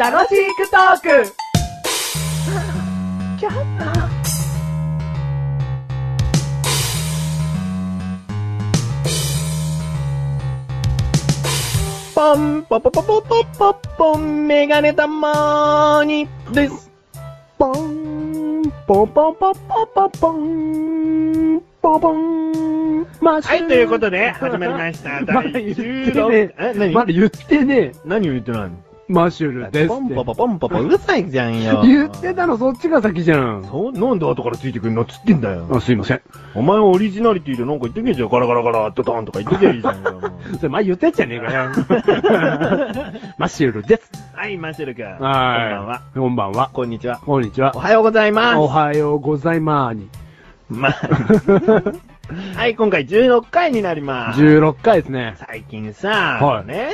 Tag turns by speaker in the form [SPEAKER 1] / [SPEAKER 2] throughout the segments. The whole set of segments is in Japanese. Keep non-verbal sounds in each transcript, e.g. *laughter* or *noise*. [SPEAKER 1] 楽しくトーク
[SPEAKER 2] ポンポポポポポポポンメガネたまーにです。ポンポポポポポポンポポンマッシュ
[SPEAKER 3] はい、ということで、始まりました。
[SPEAKER 2] ま
[SPEAKER 3] 第
[SPEAKER 2] だ言って
[SPEAKER 3] 16
[SPEAKER 2] ね
[SPEAKER 3] え、何
[SPEAKER 2] まだ言ってね
[SPEAKER 3] 何を言ってない
[SPEAKER 2] え。マッシュルです
[SPEAKER 3] のポ
[SPEAKER 2] っ
[SPEAKER 3] ン
[SPEAKER 2] て。。
[SPEAKER 3] ポポポンポポ、うるさいじゃんよ
[SPEAKER 2] 言ってたのそっちが先じゃん。
[SPEAKER 3] そう、なんで後からついてくるのっつってんだよ。
[SPEAKER 2] あすいません。
[SPEAKER 3] お前オリジナリティでなんか言ってけじゃん。ガラガラガラ、ドドンとか言ってけじゃんよ。
[SPEAKER 2] それ前言ってんじゃねえかよ。マッシュルです。
[SPEAKER 3] はい、マシル君。こんば
[SPEAKER 2] はい。
[SPEAKER 3] んは。。
[SPEAKER 2] こんばんは。
[SPEAKER 3] こんにちは。
[SPEAKER 2] こんにちは
[SPEAKER 3] お。はようございます。
[SPEAKER 2] おはようございまーに。
[SPEAKER 3] ま *laughs* はい、今回16回になります。
[SPEAKER 2] 16回ですね。
[SPEAKER 3] 最近さ、
[SPEAKER 2] はい
[SPEAKER 3] ね、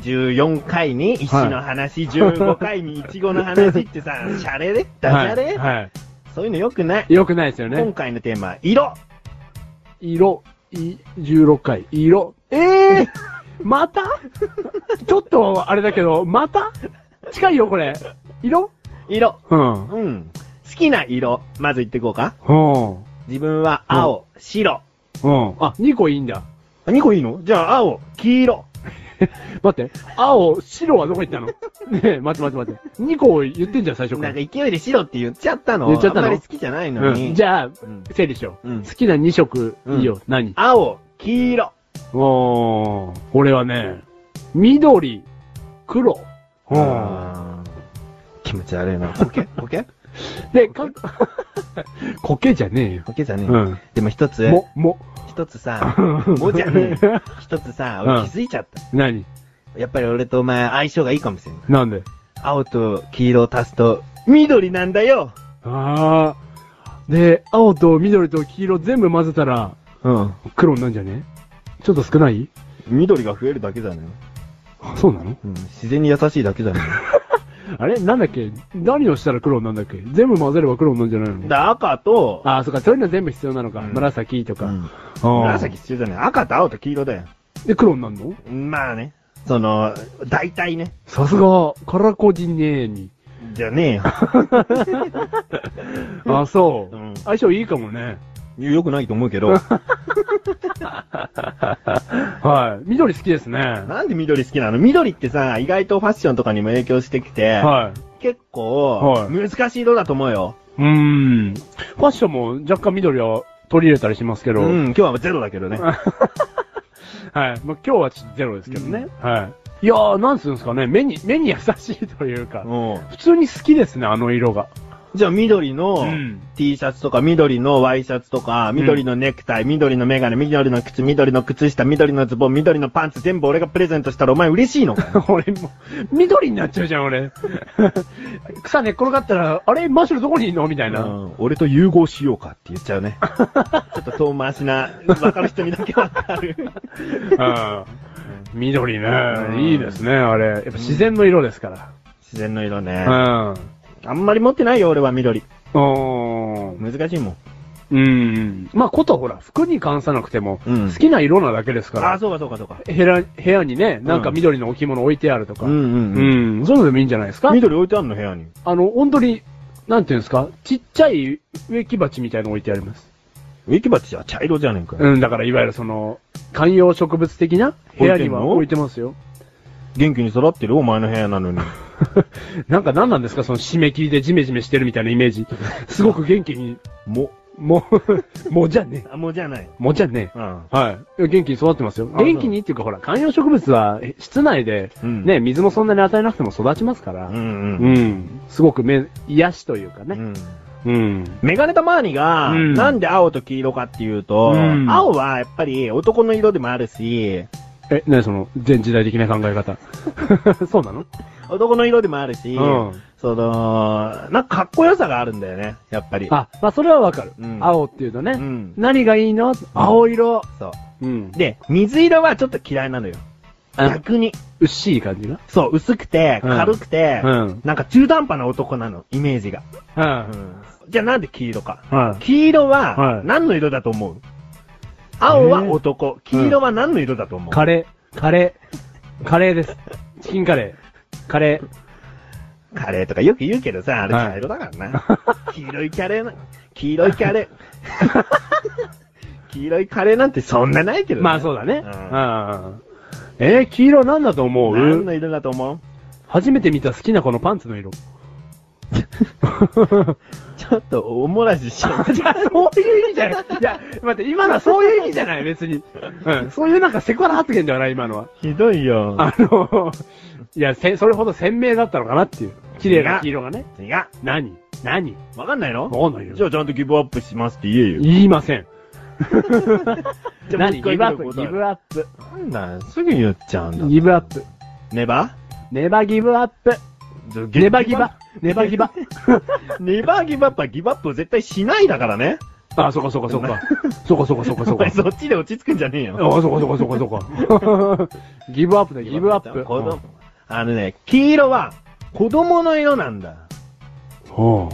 [SPEAKER 3] 14回に石の話、15回にイチゴの話っ
[SPEAKER 2] *laughs*
[SPEAKER 3] てさ、シャレでダジャレ、
[SPEAKER 2] はいは
[SPEAKER 3] そういうの良くない。
[SPEAKER 2] い。よくないですよ
[SPEAKER 3] 今
[SPEAKER 2] ね。
[SPEAKER 3] 回のテーマは色。
[SPEAKER 2] 色、い、16回、色。え
[SPEAKER 3] *laughs*
[SPEAKER 2] えー、またちょっと、あれだけど、また近いよ、これ。色
[SPEAKER 3] 色。
[SPEAKER 2] うん。うん。
[SPEAKER 3] うん。好きな色、まず言っていこうか。
[SPEAKER 2] うん。
[SPEAKER 3] 自分は青、白。
[SPEAKER 2] あ、2個いいんだ。
[SPEAKER 3] あ、2個いいのじゃあ青、黄色。
[SPEAKER 2] 待って、青、白はどこ行
[SPEAKER 3] *laughs*
[SPEAKER 2] ったのねえ、待って待って待って。2個言ってんじゃん、最初か
[SPEAKER 3] なん
[SPEAKER 2] ら
[SPEAKER 3] か。勢いで白って言っちゃったの。
[SPEAKER 2] 言っちゃったの
[SPEAKER 3] あんまり好きじゃないうのに。
[SPEAKER 2] ん、じ
[SPEAKER 3] ゃ
[SPEAKER 2] ゃあ、
[SPEAKER 3] うん
[SPEAKER 2] 整理しよう。
[SPEAKER 3] うん
[SPEAKER 2] 好きな2色いいよ。何
[SPEAKER 3] 青、黄色。
[SPEAKER 2] おー、俺はね、緑、黒。
[SPEAKER 3] うん気持ち悪いな。コケコケ
[SPEAKER 2] で、 *laughs* か、コケじゃねえよ。
[SPEAKER 3] コケじゃねえ。
[SPEAKER 2] うん。
[SPEAKER 3] でも一つ、
[SPEAKER 2] も、も、
[SPEAKER 3] 一つさ、もうじゃねえよ。一つさ、
[SPEAKER 2] う
[SPEAKER 3] 俺
[SPEAKER 2] ん
[SPEAKER 3] 気づいちゃった。
[SPEAKER 2] 何
[SPEAKER 3] やっぱり俺とお前相性がいいかもしれない。
[SPEAKER 2] なんで
[SPEAKER 3] 青と黄色を足すと、緑なんだよ
[SPEAKER 2] あー。で、青と緑と黄色全部混ぜたら、
[SPEAKER 3] うん。
[SPEAKER 2] 黒になるんじゃねちょっと少ない
[SPEAKER 3] 緑が増えるだけだね。
[SPEAKER 2] あそうなの
[SPEAKER 3] うん。自然に優しいだけだね。
[SPEAKER 2] あれなんだっけ何をしたら黒になるんだっけ全部混ぜれば黒になるんじゃないの
[SPEAKER 3] だ、赤と、
[SPEAKER 2] あー、そっか、そういうの全部必要なのか。
[SPEAKER 3] うん
[SPEAKER 2] 紫とか。
[SPEAKER 3] うん
[SPEAKER 2] あー
[SPEAKER 3] 紫必要じゃない。赤と青と黄色だよ。
[SPEAKER 2] で、黒になるの
[SPEAKER 3] まあね。その、大体ね。
[SPEAKER 2] さすが、カラコディネーに。
[SPEAKER 3] じゃね *laughs*
[SPEAKER 2] あ、そう。
[SPEAKER 3] うん
[SPEAKER 2] 相性いいかもね。
[SPEAKER 3] えよ。よくないと思うけど。
[SPEAKER 2] はい。緑好きですね。
[SPEAKER 3] *laughs* なんで緑好きなの緑ってさ、意外とファッションとかにも影響してきて、
[SPEAKER 2] はい。
[SPEAKER 3] 結構
[SPEAKER 2] は、
[SPEAKER 3] 難しい色だと思うよ。
[SPEAKER 2] うーん。ファッションも若干緑は取り入れたりしますけど。
[SPEAKER 3] う
[SPEAKER 2] はい。
[SPEAKER 3] ん、今日はゼロだけどね。
[SPEAKER 2] まあ、今日はちょっとゼロですけどね。はい。いやー、なんつうんですかね。目に、目に優しいというか。
[SPEAKER 3] うん。
[SPEAKER 2] 普通に好きですね、あの色が。 *laughs*
[SPEAKER 3] じゃあ、緑の
[SPEAKER 2] うん
[SPEAKER 3] T シャツとか、緑のワイシャツとか、緑のネクタイ、緑のメガネ、緑の靴、緑の靴下、緑のズボン、緑のパンツ、全部俺がプレゼントしたらお前嬉しいのか
[SPEAKER 2] 俺も、緑になっちゃうじゃん、俺。 *laughs* 草寝っ転がったら、あれ、マッシュルどこにいんのみたいな。
[SPEAKER 3] うん、俺と融合しようかって言っちゃう *laughs* ね。ちょっと遠回しな、わかる人にだけわかる。 *laughs*
[SPEAKER 2] うん緑
[SPEAKER 3] うん
[SPEAKER 2] ね。いいですね、あれ。やっぱ自然の色ですか
[SPEAKER 3] 自然の色ね。
[SPEAKER 2] ら。
[SPEAKER 3] あんまり持ってないよ、俺は緑。
[SPEAKER 2] うん。うん。
[SPEAKER 3] 難しいもん。
[SPEAKER 2] うん。まあ、ことはほら、服に関さなくても、
[SPEAKER 3] うん
[SPEAKER 2] 好きな色なだけですか
[SPEAKER 3] ああ、
[SPEAKER 2] ら。
[SPEAKER 3] そうかそうかそうか。
[SPEAKER 2] 部屋、部屋にね、なんか緑の置物置いてあるとか。
[SPEAKER 3] うんうん
[SPEAKER 2] う
[SPEAKER 3] うん。
[SPEAKER 2] ん。そういうのでもいいんじゃないですか
[SPEAKER 3] 緑置いてあんの、部屋に。
[SPEAKER 2] あの、本当に、なんていうんですかちっちゃい植木鉢みたいの置いてあります。
[SPEAKER 3] 植木鉢じゃ茶色じゃねえかよ。
[SPEAKER 2] うん、だからいわゆるその、観葉植物的な部屋には置
[SPEAKER 3] 置
[SPEAKER 2] い
[SPEAKER 3] い
[SPEAKER 2] てますよ。
[SPEAKER 3] 元気に育ってるお前の部屋なのに。
[SPEAKER 2] なんか何なんですかその締め切りでジメジメしてるみたいなイメージ。
[SPEAKER 3] *laughs*
[SPEAKER 2] すごく元気に、
[SPEAKER 3] も。
[SPEAKER 2] もう、 *laughs* もうじゃねえ。
[SPEAKER 3] あ、もうじゃない。
[SPEAKER 2] もうじゃね
[SPEAKER 3] うん。
[SPEAKER 2] え。はい。いや元気に育ってますよ。
[SPEAKER 3] あそう
[SPEAKER 2] 元気にっていうかほら、観葉植物はえ室内で、
[SPEAKER 3] うん
[SPEAKER 2] ね、水もそんなに与えなくても育ちますから、
[SPEAKER 3] うん
[SPEAKER 2] う
[SPEAKER 3] うん。
[SPEAKER 2] ん。すごくめ、癒しというかね。うん。
[SPEAKER 3] メガネたまわりが、
[SPEAKER 2] うん
[SPEAKER 3] なんで青と黄色かっていうと、
[SPEAKER 2] うん
[SPEAKER 3] 青はやっぱり男の色でもあるし、
[SPEAKER 2] え、ねその、全時代的な考え *laughs* 方。そうなの
[SPEAKER 3] 男の色でもあるし、
[SPEAKER 2] うん
[SPEAKER 3] その、なんかかっこよさがあるんだよね、やっぱり。
[SPEAKER 2] あ、まあそれはわかる。
[SPEAKER 3] うん
[SPEAKER 2] 青っていうとね、
[SPEAKER 3] うん
[SPEAKER 2] 何がいいの青色。
[SPEAKER 3] そう。
[SPEAKER 2] うん。で、
[SPEAKER 3] で、水色はちょっと嫌いなのよ。
[SPEAKER 2] あ
[SPEAKER 3] 逆に。
[SPEAKER 2] 薄い感じが。
[SPEAKER 3] そう、薄くて、
[SPEAKER 2] うん
[SPEAKER 3] 軽くて、
[SPEAKER 2] うん
[SPEAKER 3] なんか中途半端な男なの、イメージが。
[SPEAKER 2] う。
[SPEAKER 3] うんんじゃあなんで黄色か。
[SPEAKER 2] はい。
[SPEAKER 3] 黄色
[SPEAKER 2] は
[SPEAKER 3] はい何の色だと思う、青は男、黄色は何の色だと思う、
[SPEAKER 2] カレー、カレカレーです。チキンカレー。カレー。
[SPEAKER 3] カレーとかよく言うけどさ、あれ
[SPEAKER 2] はい
[SPEAKER 3] 茶色だか
[SPEAKER 2] *laughs*
[SPEAKER 3] らな。黄色いカレーな、黄色いカレ
[SPEAKER 2] *laughs*
[SPEAKER 3] ー。黄色いカレーなんてそんなないけどね
[SPEAKER 2] まあそうだね。
[SPEAKER 3] ん
[SPEAKER 2] うん。えー、黄色なんだと思
[SPEAKER 3] 何
[SPEAKER 2] う
[SPEAKER 3] の色だと思う
[SPEAKER 2] 初めて見た好きなこのパンツの *laughs* 色。
[SPEAKER 3] ちょっとおもらししちゃ
[SPEAKER 2] *laughs*
[SPEAKER 3] う。
[SPEAKER 2] じゃあ、そういう意味じゃない。いや、待って、今のはそういう意味じゃない、別に。うん、そういうなんかセクハラ発言ではない、今のは。
[SPEAKER 3] ひどいよ。
[SPEAKER 2] あの、いや、せ、それほど鮮明だったのかなっていう。綺麗な黄色がね。
[SPEAKER 3] 違う。
[SPEAKER 2] 何何
[SPEAKER 3] わかんないの
[SPEAKER 2] わかんないよ
[SPEAKER 3] じゃあちゃんとギブアップしますって言えよ。
[SPEAKER 2] 言いません。
[SPEAKER 3] じゃあ
[SPEAKER 2] 何
[SPEAKER 3] もう
[SPEAKER 2] ギ
[SPEAKER 3] 一回
[SPEAKER 2] ブアッ
[SPEAKER 3] 言う
[SPEAKER 2] プ、
[SPEAKER 3] ことあ
[SPEAKER 2] ギ
[SPEAKER 3] る
[SPEAKER 2] ブアップ。
[SPEAKER 3] なんだ、すぐ言っちゃうんだ。
[SPEAKER 2] ギブアップ。
[SPEAKER 3] ネバ
[SPEAKER 2] ネバギブアップ。ネバギバ。。ネバギバ。
[SPEAKER 3] *laughs* ネバーギブアップはギブアップを絶対しないだからね。
[SPEAKER 2] あ、そうかそうかそうか。そうかそうかそうかそ
[SPEAKER 3] お
[SPEAKER 2] うか
[SPEAKER 3] 前。そっちで落ち着くんじゃねえよ。
[SPEAKER 2] あ、そうかそうかそうかそうか。 *laughs* ギブアップだ、ギブアップ。
[SPEAKER 3] 子供あのね、黄色は子供の色なんだ。
[SPEAKER 2] うん。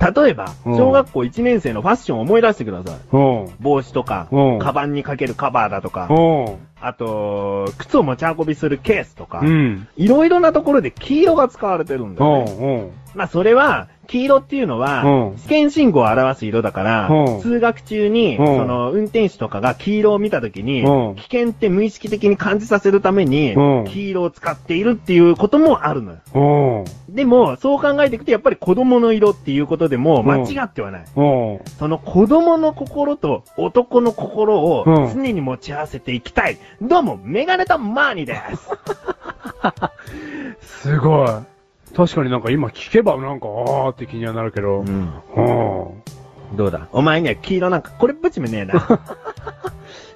[SPEAKER 3] 例えば、
[SPEAKER 2] うん
[SPEAKER 3] 小学校1年生のファッションを思い出してください。
[SPEAKER 2] うん。
[SPEAKER 3] 帽子とか
[SPEAKER 2] うん、
[SPEAKER 3] カバンにかけるカバーだとか、
[SPEAKER 2] うん。
[SPEAKER 3] あと、靴を持ち運びするケースとか
[SPEAKER 2] う、ん。
[SPEAKER 3] いろいろなところで黄色が使われてるんだ
[SPEAKER 2] う
[SPEAKER 3] よね。
[SPEAKER 2] ん。うん。
[SPEAKER 3] まあそれは、黄色っていうのは
[SPEAKER 2] う、ん
[SPEAKER 3] 試験信号を表す色だから
[SPEAKER 2] う、ん
[SPEAKER 3] 通学中に、
[SPEAKER 2] うん
[SPEAKER 3] その、運転手とかが黄色を見た時に
[SPEAKER 2] うん、
[SPEAKER 3] 危険って無意識的に感じさせるために
[SPEAKER 2] うん、
[SPEAKER 3] 黄色を使っているっていうこともあるのよ。
[SPEAKER 2] うん。
[SPEAKER 3] でも、そう考えていくと、やっぱり子供の色っていうことでも、間違ってはない。
[SPEAKER 2] うん。
[SPEAKER 3] その子供の心と男の心を
[SPEAKER 2] うん
[SPEAKER 3] 常に持ち合わせていきたい。どうも、メガネタマー
[SPEAKER 2] *laughs*
[SPEAKER 3] ニです。
[SPEAKER 2] すごい。確かになんか今聞けばなんか、あーって気にはなるけど。
[SPEAKER 3] ん、
[SPEAKER 2] うん。
[SPEAKER 3] どうだお前には黄色なんか、これっぽっちもねえ
[SPEAKER 2] *laughs*
[SPEAKER 3] な。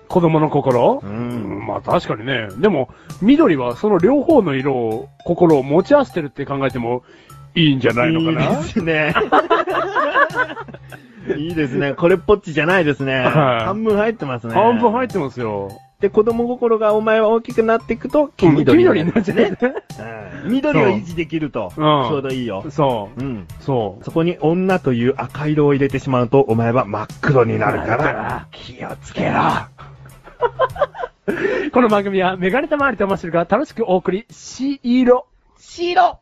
[SPEAKER 2] 子供の心
[SPEAKER 3] うん
[SPEAKER 2] まあ確かにね。でも、緑はその両方の色を、心を持ち合わせてるって考えてもいいんじゃないのかない
[SPEAKER 3] いで
[SPEAKER 2] *laughs*
[SPEAKER 3] すね。いいですね。これっぽっちじゃないですね。
[SPEAKER 2] はい
[SPEAKER 3] 半分入ってますね。。
[SPEAKER 2] 半分入っててますよ。
[SPEAKER 3] で、子供心がお前は大きくなっていくと、黄
[SPEAKER 2] 黄
[SPEAKER 3] 緑
[SPEAKER 2] 緑に
[SPEAKER 3] に
[SPEAKER 2] な
[SPEAKER 3] な
[SPEAKER 2] っ
[SPEAKER 3] っ
[SPEAKER 2] ち
[SPEAKER 3] ち
[SPEAKER 2] ゃ
[SPEAKER 3] ゃ
[SPEAKER 2] う
[SPEAKER 3] う
[SPEAKER 2] ね
[SPEAKER 3] ね。。うん緑を維持できると、ちょうどいいよ。
[SPEAKER 2] そ
[SPEAKER 3] うん。
[SPEAKER 2] う。そう。
[SPEAKER 3] そこに女という赤色を入れてしまうと、お前は真っ黒になるか
[SPEAKER 2] だからら、
[SPEAKER 3] 気をつ
[SPEAKER 2] *laughs*
[SPEAKER 3] けろ。
[SPEAKER 2] この番組はメガネたまわりとマッシュルが楽しくお送り、しいろ。
[SPEAKER 3] 白